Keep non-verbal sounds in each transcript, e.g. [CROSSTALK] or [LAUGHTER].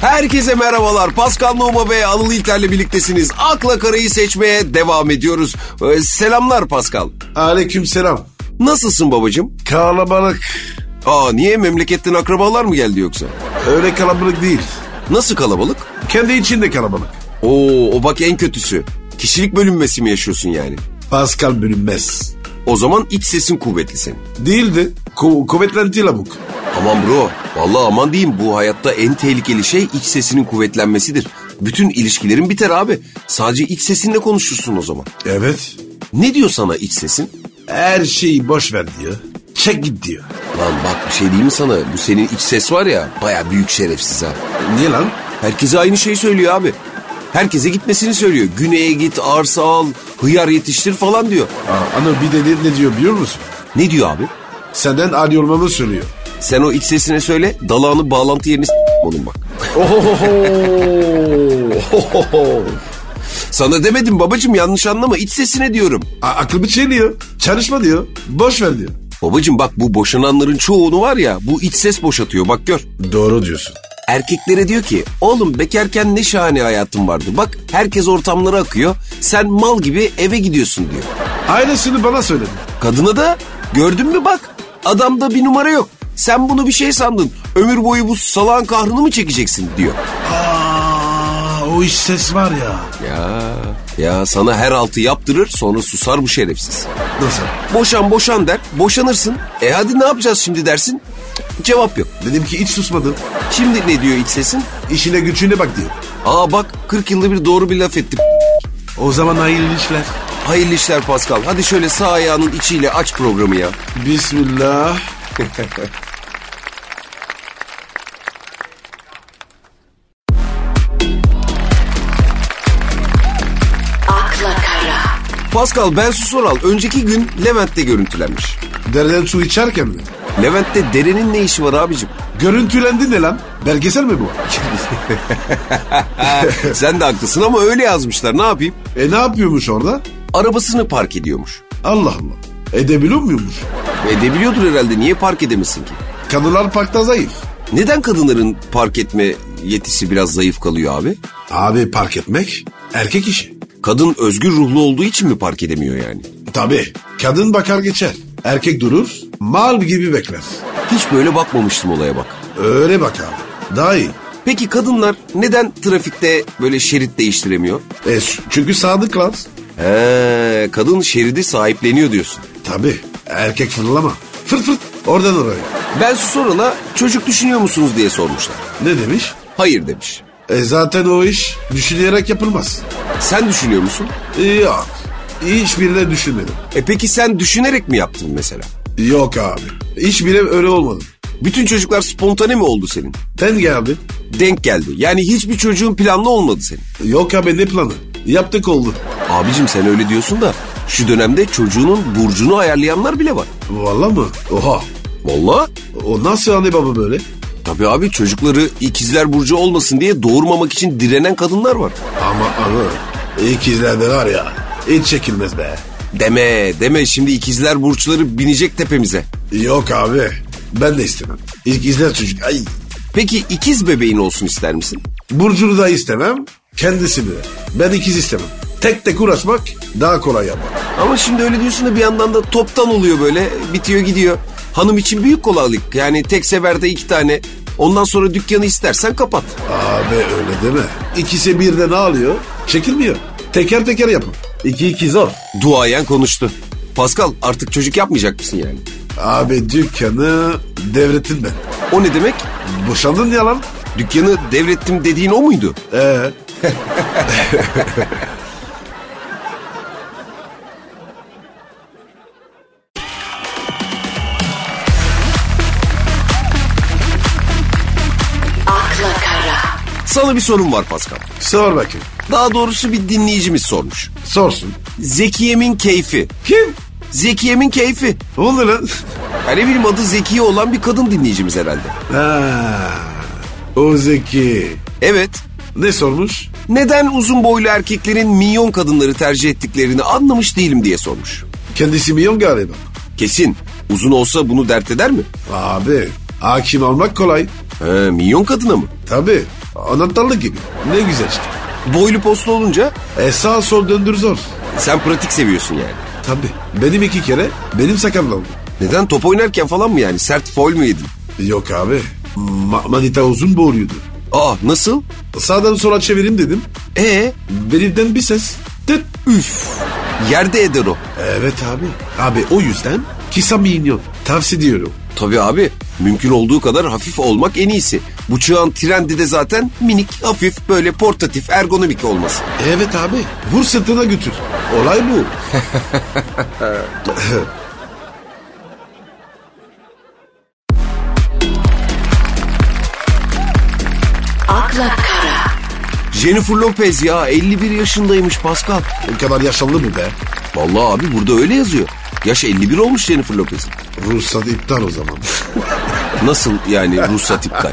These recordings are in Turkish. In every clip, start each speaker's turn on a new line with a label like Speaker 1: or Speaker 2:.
Speaker 1: Herkese merhabalar. Pascal Numa ve Anıl İlter'le birliktesiniz. Akla karayı seçmeye devam ediyoruz. Ee, selamlar Pascal.
Speaker 2: Aleyküm selam.
Speaker 1: Nasılsın babacım?
Speaker 2: Kalabalık.
Speaker 1: Aa niye memleketten akrabalar mı geldi yoksa?
Speaker 2: Öyle kalabalık değil.
Speaker 1: Nasıl kalabalık?
Speaker 2: Kendi içinde kalabalık.
Speaker 1: Oo o bak en kötüsü. Kişilik bölünmesi mi yaşıyorsun yani?
Speaker 2: Pascal bölünmez.
Speaker 1: O zaman iç sesin kuvvetli senin.
Speaker 2: Değildi. Ku kuvvetlendi lavuk.
Speaker 1: Aman bro, vallahi aman diyeyim bu hayatta en tehlikeli şey iç sesinin kuvvetlenmesidir. Bütün ilişkilerin biter abi. Sadece iç sesinle konuşursun o zaman.
Speaker 2: Evet.
Speaker 1: Ne diyor sana iç sesin?
Speaker 2: Her şeyi boş ver diyor. Çek git diyor.
Speaker 1: Lan bak bir şey diyeyim mi sana? Bu senin iç ses var ya baya büyük şerefsiz ha.
Speaker 2: Niye lan?
Speaker 1: Herkese aynı şeyi söylüyor abi. Herkese gitmesini söylüyor. Güneye git, arsa al, hıyar yetiştir falan diyor.
Speaker 2: Aa, ana bir de ne, ne diyor biliyor musun?
Speaker 1: Ne diyor abi?
Speaker 2: Senden ani olmamı söylüyor.
Speaker 1: Sen o iç sesine söyle, dalağını bağlantı yerini s- onun bak.
Speaker 2: Ohohoho.
Speaker 1: Sana demedim babacım yanlış anlama iç sesine diyorum.
Speaker 2: A- aklımı çeliyor. Çalışma diyor. Boş ver diyor.
Speaker 1: Babacım bak bu boşananların çoğunu var ya bu iç ses boşatıyor bak gör.
Speaker 2: Doğru diyorsun.
Speaker 1: Erkeklere diyor ki oğlum bekarken ne şahane hayatın vardı. Bak herkes ortamlara akıyor sen mal gibi eve gidiyorsun diyor.
Speaker 2: Aynısını bana söyledi.
Speaker 1: Kadına da gördün mü bak adamda bir numara yok. Sen bunu bir şey sandın. Ömür boyu bu salağın kahrını mı çekeceksin diyor.
Speaker 2: Aa, o iş ses var ya.
Speaker 1: Ya ya sana her altı yaptırır sonra susar bu şerefsiz.
Speaker 2: Nasıl?
Speaker 1: Boşan boşan der boşanırsın. E hadi ne yapacağız şimdi dersin. Cık, Cevap yok.
Speaker 2: Dedim ki hiç susmadın.
Speaker 1: Şimdi ne diyor iç sesin?
Speaker 2: İşine gücüne bak diyor.
Speaker 1: Aa bak 40 yılda bir doğru bir laf ettim.
Speaker 2: O zaman hayırlı işler.
Speaker 1: Hayırlı işler Pascal. Hadi şöyle sağ ayağının içiyle aç programı ya.
Speaker 2: Bismillah.
Speaker 3: akla kara,
Speaker 1: Pascal Bensu Soral önceki gün Levent'te görüntülenmiş.
Speaker 2: Derden su içerken mi?
Speaker 1: Levent'te derenin ne işi var abicim?
Speaker 2: Görüntülendi ne lan? Belgesel mi bu?
Speaker 1: [LAUGHS] Sen de haklısın ama öyle yazmışlar ne yapayım?
Speaker 2: e ne yapıyormuş orada?
Speaker 1: Arabasını park ediyormuş.
Speaker 2: Allah Allah. Edebiliyor muymuş?
Speaker 1: Edebiliyordur herhalde niye park edemesin ki?
Speaker 2: Kadınlar parkta zayıf.
Speaker 1: Neden kadınların park etme yetisi biraz zayıf kalıyor abi?
Speaker 2: Abi park etmek erkek işi.
Speaker 1: Kadın özgür ruhlu olduğu için mi park edemiyor yani?
Speaker 2: Tabii. Kadın bakar geçer. Erkek durur, mal gibi bekler.
Speaker 1: Hiç böyle bakmamıştım olaya bak.
Speaker 2: Öyle bak abi. Daha iyi.
Speaker 1: Peki kadınlar neden trafikte böyle şerit değiştiremiyor?
Speaker 2: E, s- çünkü sadıklar.
Speaker 1: He, kadın şeridi sahipleniyor diyorsun.
Speaker 2: Tabii. Erkek fırlama. Fırt fırt. Oradan oraya.
Speaker 1: Ben Soral'a çocuk düşünüyor musunuz diye sormuşlar.
Speaker 2: Ne demiş?
Speaker 1: Hayır demiş.
Speaker 2: E zaten o iş düşünerek yapılmaz.
Speaker 1: Sen düşünüyor musun?
Speaker 2: E, Yok. Hiçbirine düşünmedim.
Speaker 1: E peki sen düşünerek mi yaptın mesela?
Speaker 2: Yok abi. Hiçbirine öyle olmadım.
Speaker 1: Bütün çocuklar spontane mi oldu senin?
Speaker 2: Sen geldi.
Speaker 1: Denk geldi. Yani hiçbir çocuğun planlı olmadı senin.
Speaker 2: Yok abi ne planı? Yaptık oldu.
Speaker 1: Abicim sen öyle diyorsun da şu dönemde çocuğunun burcunu ayarlayanlar bile var.
Speaker 2: Valla mı? Oha.
Speaker 1: Valla
Speaker 2: O nasıl anne baba böyle?
Speaker 1: tabii abi çocukları ikizler burcu olmasın diye doğurmamak için direnen kadınlar var.
Speaker 2: Ama ana. ikizlerde var ya. Hiç çekilmez be.
Speaker 1: Deme deme şimdi ikizler burçları binecek tepemize.
Speaker 2: Yok abi. Ben de istemem. İkizler çocuk. Ay.
Speaker 1: Peki ikiz bebeğin olsun ister misin?
Speaker 2: Burcunu da istemem. Kendisini de. Ben ikiz istemem. Tek tek uğraşmak daha kolay yapar.
Speaker 1: Ama şimdi öyle diyorsun da bir yandan da toptan oluyor böyle bitiyor gidiyor. Hanım için büyük kolaylık yani tek seferde iki tane ondan sonra dükkanı istersen kapat.
Speaker 2: Abi öyle deme. İkisi birden ağlıyor. Çekilmiyor. Teker teker yapın. İki iki zor.
Speaker 1: Duayen konuştu. Pascal artık çocuk yapmayacak mısın yani?
Speaker 2: Abi dükkanı devretin ben.
Speaker 1: O ne demek?
Speaker 2: Boşandın ya lan.
Speaker 1: Dükkanı devrettim dediğin o muydu?
Speaker 2: Ee,
Speaker 3: [LAUGHS] akla kara,
Speaker 1: Sana bir sorum var Pascal.
Speaker 2: sor bakayım.
Speaker 1: Daha doğrusu bir dinleyicimiz sormuş.
Speaker 2: Sorsun.
Speaker 1: Zekiye'min keyfi.
Speaker 2: Kim?
Speaker 1: Zekiye'min keyfi.
Speaker 2: O ne lan? [LAUGHS]
Speaker 1: Yani benim adı Zekiye olan bir kadın dinleyicimiz herhalde.
Speaker 2: Ha, o zeki.
Speaker 1: Evet.
Speaker 2: Ne sormuş?
Speaker 1: Neden uzun boylu erkeklerin minyon kadınları tercih ettiklerini anlamış değilim diye sormuş.
Speaker 2: Kendisi milyon galiba.
Speaker 1: Kesin. Uzun olsa bunu dert eder mi?
Speaker 2: Abi hakim almak kolay.
Speaker 1: He, minyon kadına mı?
Speaker 2: Tabii. Anahtarlık gibi. Ne güzel işte.
Speaker 1: Boylu poslu olunca
Speaker 2: E sağ sol döndür zor.
Speaker 1: sen pratik seviyorsun yani.
Speaker 2: Tabii. Benim iki kere benim sakamla oldu.
Speaker 1: Neden top oynarken falan mı yani? Sert foil mu yedin?
Speaker 2: Yok abi. Ma- manita uzun boğuluyordu.
Speaker 1: Aa nasıl?
Speaker 2: Sağdan sola çevireyim dedim.
Speaker 1: E
Speaker 2: Benimden bir ses. Tıt.
Speaker 1: üf. Yerde eder o.
Speaker 2: Evet abi. Abi o yüzden kısa minyon. Tavsiye ediyorum.
Speaker 1: Tabii abi mümkün olduğu kadar hafif olmak en iyisi. Bu çağın trendi de zaten minik, hafif, böyle portatif, ergonomik olması.
Speaker 2: Evet abi. Vur sırtına götür. Olay bu.
Speaker 3: akla kara,
Speaker 1: Jennifer Lopez ya 51 yaşındaymış Pascal.
Speaker 2: O kadar yaşandı mı be?
Speaker 1: Vallahi abi burada öyle yazıyor. Yaş 51 olmuş Jennifer Lopez.
Speaker 2: Ruhsat iptal o zaman. [LAUGHS]
Speaker 1: Nasıl yani ruhsat iptal?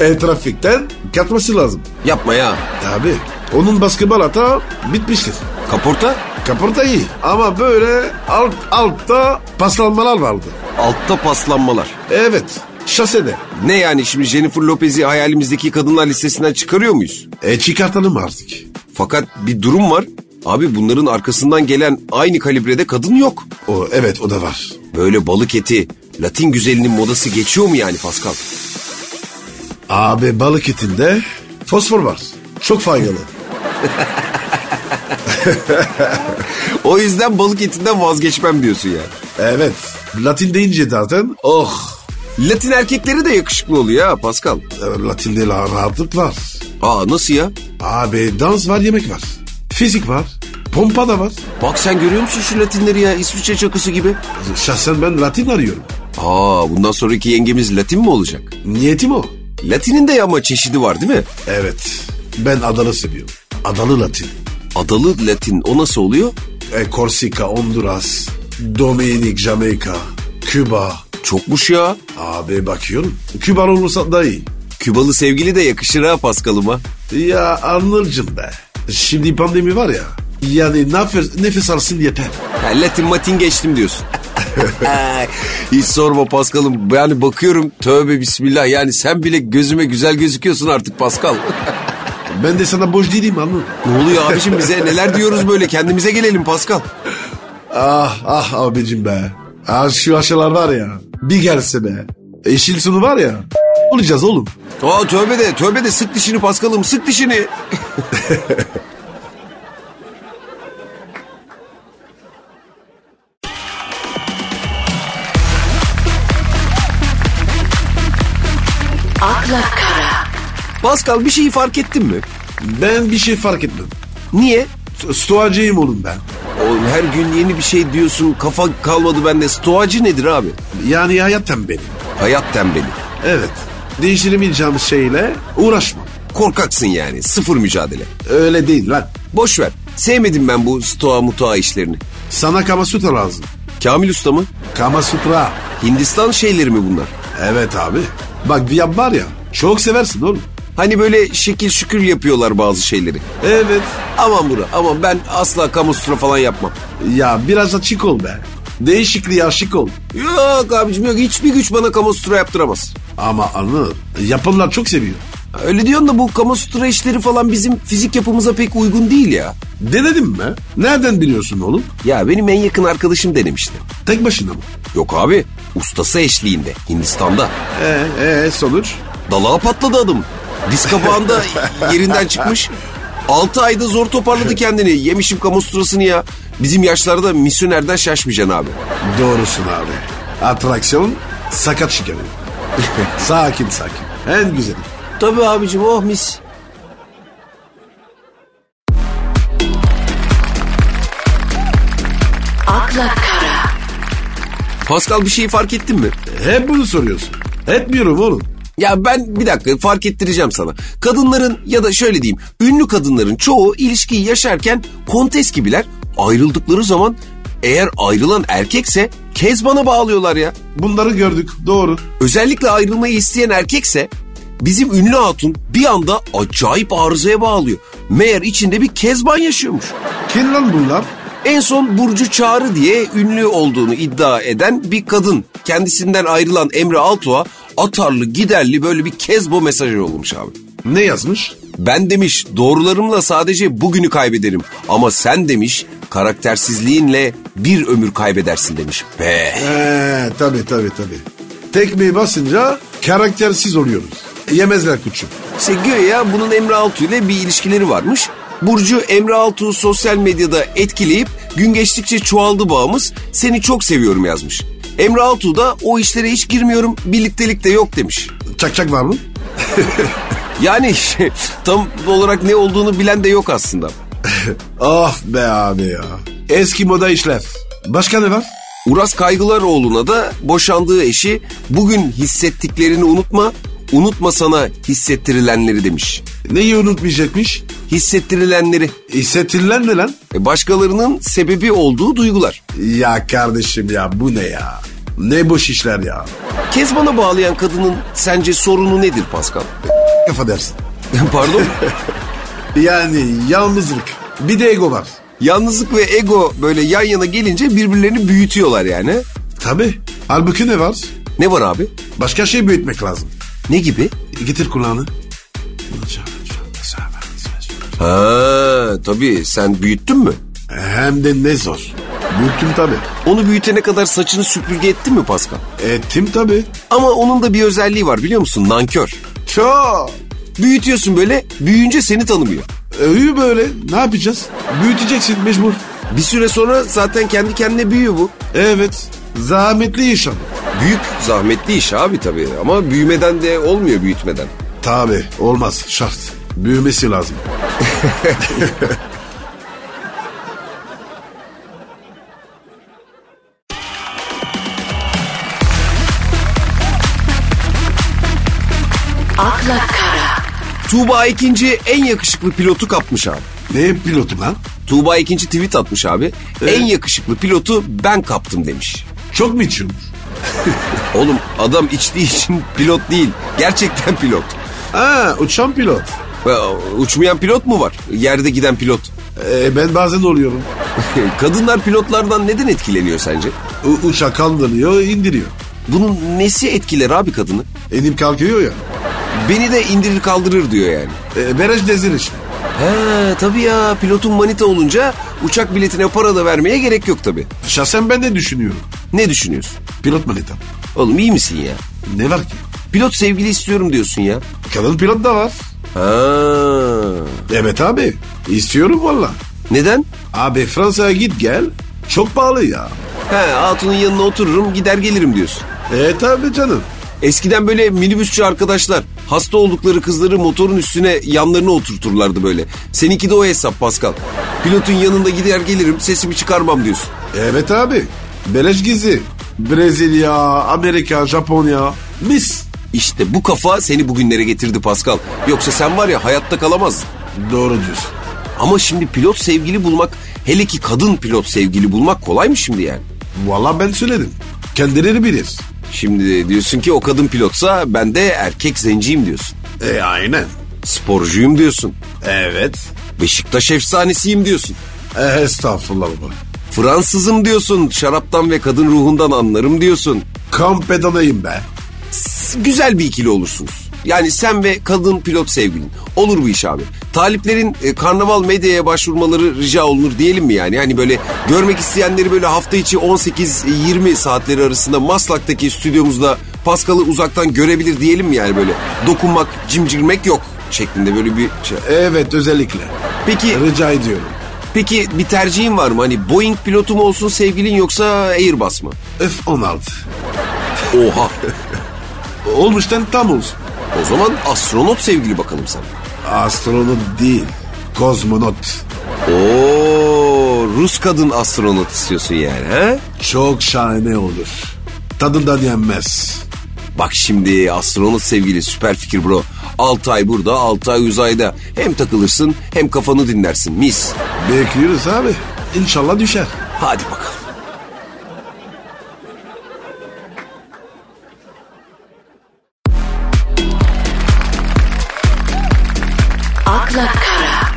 Speaker 2: e trafikten katması lazım.
Speaker 1: Yapma ya.
Speaker 2: Tabi. Onun basketbol hata bitmiştir.
Speaker 1: Kaporta
Speaker 2: Kaporta iyi ama böyle alt, altta paslanmalar vardı.
Speaker 1: altta paslanmalar.
Speaker 2: Evet şasede.
Speaker 1: Ne yani şimdi Jennifer Lopez'i hayalimizdeki kadınlar listesinden çıkarıyor muyuz?
Speaker 2: E çıkartalım artık.
Speaker 1: Fakat bir durum var. Abi bunların arkasından gelen aynı kalibrede kadın yok.
Speaker 2: O evet o da var.
Speaker 1: Böyle balık eti, Latin güzelinin modası geçiyor mu yani Pascal?
Speaker 2: Abi balık etinde fosfor var. Çok faydalı.
Speaker 1: O yüzden balık etinden vazgeçmem diyorsun yani.
Speaker 2: Evet. Latin deyince zaten oh
Speaker 1: Latin erkekleri de yakışıklı oluyor ha Pascal.
Speaker 2: e, Latin'de la- rahatlık var.
Speaker 1: Aa nasıl ya?
Speaker 2: Abi dans var yemek var. Fizik var. Pompa da var.
Speaker 1: Bak sen görüyor musun şu Latinleri ya İsviçre çakısı gibi.
Speaker 2: Şahsen ben Latin arıyorum.
Speaker 1: Aa bundan sonraki yengemiz Latin mi olacak?
Speaker 2: Niyetim o.
Speaker 1: Latin'in de ama çeşidi var değil mi?
Speaker 2: Evet. Ben Adalı seviyorum. Adalı Latin.
Speaker 1: Adalı Latin o nasıl oluyor?
Speaker 2: E, Korsika, Honduras, Dominik, Jamaika, Küba.
Speaker 1: Çokmuş ya.
Speaker 2: Abi bakıyorum. Küba olursa daha iyi.
Speaker 1: Kübalı sevgili de yakışır ha Paskal'ıma.
Speaker 2: Ya Anıl'cım be. Şimdi pandemi var ya. Yani nefes, nefes alsın yeter.
Speaker 1: Ha, Latin matin geçtim diyorsun. Hiç sorma Paskal'ım. Yani bakıyorum tövbe bismillah. Yani sen bile gözüme güzel gözüküyorsun artık Paskal.
Speaker 2: Ben de sana boş değilim Anıl.
Speaker 1: ne oluyor abicim bize? Neler diyoruz böyle? Kendimize gelelim Paskal.
Speaker 2: Ah ah abicim be. Ah şu aşılar var ya. Bir gelse be. Eşil sonu var ya. Olacağız oğlum.
Speaker 1: Aa tövbe de tövbe de sık dişini Paskal'ım sık dişini.
Speaker 3: akla kara,
Speaker 1: Paskal bir şeyi fark ettin mi?
Speaker 2: Ben bir şey fark etmem.
Speaker 1: Niye?
Speaker 2: Sto- Stoacıyım oğlum ben.
Speaker 1: Oğlum her gün yeni bir şey diyorsun kafa kalmadı bende. Stoacı nedir abi?
Speaker 2: Yani hayat tembeli.
Speaker 1: Hayat tembeli.
Speaker 2: Evet. Değiştiremeyeceğim şeyle uğraşmam.
Speaker 1: Korkaksın yani sıfır mücadele.
Speaker 2: Öyle değil lan.
Speaker 1: Boş ver. Sevmedim ben bu stoa mutoa işlerini.
Speaker 2: Sana Kama Sutra lazım.
Speaker 1: Kamil Usta mı?
Speaker 2: Kama Sutra.
Speaker 1: Hindistan şeyleri mi bunlar?
Speaker 2: Evet abi. Bak Viyam var ya. Çok seversin oğlum.
Speaker 1: Hani böyle şekil şükür yapıyorlar bazı şeyleri.
Speaker 2: Evet.
Speaker 1: Aman bura aman ben asla kamustura falan yapmam.
Speaker 2: Ya biraz açık ol be. Değişikliğe aşık ol.
Speaker 1: Yok abicim yok hiçbir güç bana kamustura yaptıramaz.
Speaker 2: Ama anı yapanlar çok seviyor.
Speaker 1: Öyle diyorsun da bu kamustura işleri falan bizim fizik yapımıza pek uygun değil ya.
Speaker 2: Denedin mi? Nereden biliyorsun oğlum?
Speaker 1: Ya benim en yakın arkadaşım denemişti.
Speaker 2: Tek başına mı?
Speaker 1: Yok abi ustası eşliğinde Hindistan'da.
Speaker 2: Ee, ee sonuç?
Speaker 1: Dalağa patladı adım. Diz kapağında yerinden çıkmış. 6 ayda zor toparladı kendini. Yemişim kamusturasını ya. Bizim yaşlarda misyonerden şaşmayacaksın abi.
Speaker 2: Doğrusun abi. Atraksiyon sakat şikayet. [LAUGHS] sakin sakin. En güzeli.
Speaker 1: Tabii abicim oh mis.
Speaker 3: akla kara,
Speaker 1: Pascal bir şeyi fark ettin mi?
Speaker 2: Hep bunu soruyorsun. Etmiyorum oğlum.
Speaker 1: Ya ben bir dakika fark ettireceğim sana. Kadınların ya da şöyle diyeyim. Ünlü kadınların çoğu ilişkiyi yaşarken kontes gibiler ayrıldıkları zaman eğer ayrılan erkekse Kezban'a bağlıyorlar ya.
Speaker 2: Bunları gördük doğru.
Speaker 1: Özellikle ayrılmayı isteyen erkekse bizim ünlü hatun bir anda acayip arızaya bağlıyor. Meğer içinde bir kezban yaşıyormuş.
Speaker 2: Kim lan bunlar?
Speaker 1: En son Burcu Çağrı diye ünlü olduğunu iddia eden bir kadın. Kendisinden ayrılan Emre Altuğ'a atarlı giderli böyle bir kezbo mesajı olmuş abi.
Speaker 2: Ne yazmış?
Speaker 1: Ben demiş doğrularımla sadece bugünü kaybederim ama sen demiş karaktersizliğinle bir ömür kaybedersin demiş. Be.
Speaker 2: Ee, tabii tabii tabii. Tekmeyi basınca karaktersiz oluyoruz. Yemezler küçük.
Speaker 1: İşte güya bunun Emre Altuğ ile bir ilişkileri varmış. Burcu Emre Altuğ'u sosyal medyada etkileyip gün geçtikçe çoğaldı bağımız seni çok seviyorum yazmış. Emre Altuğ da o işlere hiç girmiyorum birliktelik de yok demiş.
Speaker 2: Çak çak var mı?
Speaker 1: Yani [LAUGHS] tam olarak ne olduğunu bilen de yok aslında.
Speaker 2: Ah be abi ya. Eski moda işler. Başka ne var?
Speaker 1: Uras Kaygılaroğlu'na da boşandığı eşi bugün hissettiklerini unutma, unutma sana hissettirilenleri demiş.
Speaker 2: Neyi unutmayacakmış?
Speaker 1: Hissettirilenleri,
Speaker 2: Hissettirilen ne lan?
Speaker 1: e, başkalarının sebebi olduğu duygular.
Speaker 2: Ya kardeşim ya bu ne ya? Ne boş işler ya.
Speaker 1: Kezban'a bağlayan kadının sence sorunu nedir Pascal? [LAUGHS]
Speaker 2: Kafa dersin.
Speaker 1: Pardon?
Speaker 2: Yani yalnızlık. Bir de ego var.
Speaker 1: Yalnızlık ve ego böyle yan yana gelince birbirlerini büyütüyorlar yani.
Speaker 2: Tabii. Halbuki ne var?
Speaker 1: Ne var abi?
Speaker 2: Başka şey büyütmek lazım. E,
Speaker 1: Ne gibi?
Speaker 2: Getir kulağını.
Speaker 1: Ha tabii sen büyüttün mü?
Speaker 2: Hem de ne zor. Büyüttüm tabii.
Speaker 1: Onu büyütene kadar saçını süpürge ettin mi Pascal?
Speaker 2: Ettim tabii.
Speaker 1: Ama onun da bir özelliği var biliyor musun? Nankör.
Speaker 2: Çok.
Speaker 1: Büyütüyorsun böyle, büyüyünce seni tanımıyor.
Speaker 2: Öyle böyle. Ne yapacağız? Büyüteceksin mecbur.
Speaker 1: Bir süre sonra zaten kendi kendine büyüyor bu.
Speaker 2: Evet. Zahmetli iş ama.
Speaker 1: Büyük zahmetli iş abi tabii ama büyümeden de olmuyor büyütmeden.
Speaker 2: Tabii. Olmaz. Şart. Büyümesi lazım.
Speaker 3: akla kara,
Speaker 1: Tuğba ikinci en yakışıklı pilotu kapmış abi.
Speaker 2: Ne pilotum lan?
Speaker 1: Tuğba ikinci tweet atmış abi.
Speaker 2: Evet.
Speaker 1: En yakışıklı pilotu ben kaptım demiş.
Speaker 2: Çok mu içiyormuş?
Speaker 1: Oğlum adam içtiği için [LAUGHS] pilot değil. Gerçekten pilot.
Speaker 2: Ha uçan pilot.
Speaker 1: Ya, Uçmayan pilot mu var? Yerde giden pilot. [LAUGHS]
Speaker 2: Ee, ben bazen oluyorum.
Speaker 1: Kadınlar pilotlardan neden etkileniyor sence?
Speaker 2: U- uçak kaldırıyor indiriyor.
Speaker 1: Bunun nesi etkiler abi kadını?
Speaker 2: Enim kalkıyor ya.
Speaker 1: Beni de indirir kaldırır diyor yani.
Speaker 2: Ee, berej dezir işte.
Speaker 1: He tabii ya pilotun manita olunca uçak biletine para da vermeye gerek yok tabii.
Speaker 2: Şahsen ben de düşünüyorum.
Speaker 1: Ne düşünüyorsun?
Speaker 2: Pilot manitam.
Speaker 1: Oğlum iyi misin ya?
Speaker 2: Ne var ki?
Speaker 1: Pilot sevgili istiyorum diyorsun ya.
Speaker 2: Kadın pilot da var.
Speaker 1: Ha.
Speaker 2: Evet abi. İstiyorum valla.
Speaker 1: Neden?
Speaker 2: Abi Fransa'ya git gel. Çok pahalı ya.
Speaker 1: He hatunun yanına otururum gider gelirim diyorsun.
Speaker 2: E tabi canım.
Speaker 1: Eskiden böyle minibüsçü arkadaşlar hasta oldukları kızları motorun üstüne yanlarına oturturlardı böyle. Seninki de o hesap Pascal. Pilotun yanında gider gelirim sesimi çıkarmam diyorsun.
Speaker 2: Evet abi. Beleş gizli. Brezilya, Amerika, Japonya. Mis.
Speaker 1: İşte bu kafa seni bugünlere getirdi Pascal. Yoksa sen var ya hayatta kalamazdın.
Speaker 2: Doğru diyorsun.
Speaker 1: Ama şimdi pilot sevgili bulmak hele ki kadın pilot sevgili bulmak kolay mı şimdi yani?
Speaker 2: Valla ben söyledim. Kendileri bilir.
Speaker 1: Şimdi diyorsun ki o kadın pilotsa ben de erkek zenciyim diyorsun.
Speaker 2: E aynen.
Speaker 1: Sporcuyum diyorsun.
Speaker 2: Evet.
Speaker 1: Beşiktaş efsanesiyim diyorsun.
Speaker 2: E, estağfurullah baba.
Speaker 1: Fransızım diyorsun. Şaraptan ve kadın ruhundan anlarım diyorsun.
Speaker 2: Kamp pedanayım be.
Speaker 1: S- Güzel bir ikili olursunuz. Yani sen ve kadın pilot sevgilin. Olur bu iş abi. Taliplerin e, karnaval medyaya başvurmaları rica olunur diyelim mi yani? Hani böyle görmek isteyenleri böyle hafta içi 18-20 saatleri arasında Maslak'taki stüdyomuzda Paskal'ı uzaktan görebilir diyelim mi yani böyle? Dokunmak, cimcirmek yok şeklinde böyle bir şey.
Speaker 2: Evet özellikle.
Speaker 1: Peki
Speaker 2: Rica ediyorum.
Speaker 1: peki bir tercihin var mı? Hani Boeing pilotu mu olsun sevgilin yoksa Airbus mu?
Speaker 2: F-16.
Speaker 1: Oha.
Speaker 2: Olmuştan tam olsun.
Speaker 1: O zaman astronot sevgili bakalım sana.
Speaker 2: Astronot değil. Kozmonot.
Speaker 1: Oo, Rus kadın astronot istiyorsun yani ha?
Speaker 2: Çok şahane olur. Tadından yenmez.
Speaker 1: Bak şimdi astronot sevgili süper fikir bro. 6 ay burada 6 ay uzayda. Hem takılırsın hem kafanı dinlersin mis.
Speaker 2: Bekliyoruz abi. İnşallah düşer.
Speaker 1: Hadi bakalım.
Speaker 3: akla kara,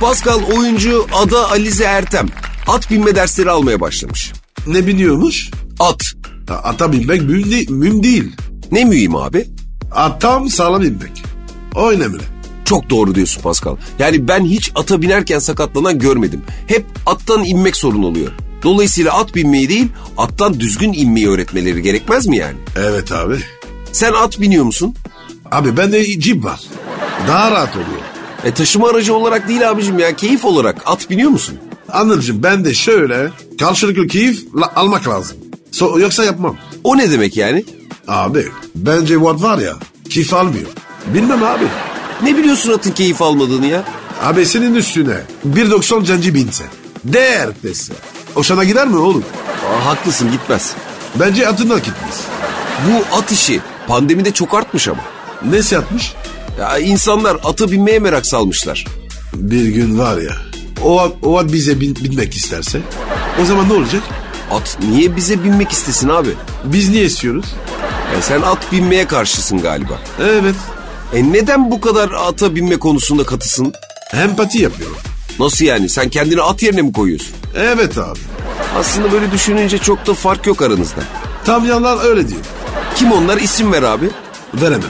Speaker 1: Pascal oyuncu Ada Alize Ertem. at binme dersleri almaya başlamış.
Speaker 2: Ne biniyormuş?
Speaker 1: At.
Speaker 2: Ya Ata binmek mühim, değil- mühim değil.
Speaker 1: Ne mühim abi?
Speaker 2: Atam sağlam binmek. O önemli.
Speaker 1: Çok doğru diyorsun Pascal. Yani ben hiç ata binerken sakatlanan görmedim. Hep attan inmek sorun oluyor. Dolayısıyla at binmeyi değil, attan düzgün inmeyi öğretmeleri gerekmez mi yani?
Speaker 2: Evet abi.
Speaker 1: Sen at biniyor musun?
Speaker 2: Abi bende cip var. Daha rahat oluyor.
Speaker 1: E taşıma aracı olarak değil abicim ya, keyif olarak at biniyor musun?
Speaker 2: Anladım ben de şöyle karşılıklı keyif la- almak lazım. So- yoksa yapmam.
Speaker 1: O ne demek yani?
Speaker 2: Abi bence Watt var ya keyif almıyor. Bilmem abi.
Speaker 1: Ne biliyorsun atın keyif almadığını ya?
Speaker 2: Abi senin üstüne 1.90 cenci binse. Değer dese. Hoşuna gider mi oğlum?
Speaker 1: Aa, haklısın gitmez.
Speaker 2: Bence atından gitmez.
Speaker 1: Bu at işi pandemide çok artmış ama.
Speaker 2: Nesi atmış?
Speaker 1: Ya insanlar ata binmeye merak salmışlar.
Speaker 2: Bir gün var ya o, at- o at bize bin- binmek isterse o zaman ne olacak?
Speaker 1: At niye bize binmek istesin abi?
Speaker 2: Biz niye istiyoruz?
Speaker 1: Ya E, sen at binmeye karşısın galiba.
Speaker 2: Evet
Speaker 1: E neden bu kadar ata binme konusunda katısın?
Speaker 2: empati yapıyorum.
Speaker 1: Nasıl yani? Sen kendini at yerine mi koyuyorsun?
Speaker 2: Evet abi
Speaker 1: Aslında böyle düşününce çok da fark yok aranızda.
Speaker 2: tam yanlar öyle diyor.
Speaker 1: Kim onlar? İsim ver abi.
Speaker 2: Veremem.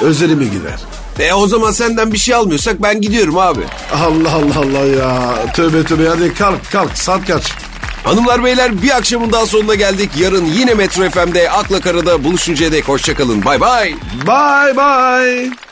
Speaker 2: Özelime gider.
Speaker 1: E o zaman senden bir şey almıyorsak ben gidiyorum abi.
Speaker 2: Allah Allah Allah ya. Tövbe tövbe hadi kalk kalk saat kaç.
Speaker 1: Hanımlar beyler bir akşamın daha sonuna geldik. Yarın yine Metro FM'de Akla Kara'da buluşuncaya dek hoşçakalın. Bay bay.
Speaker 2: Bye bye.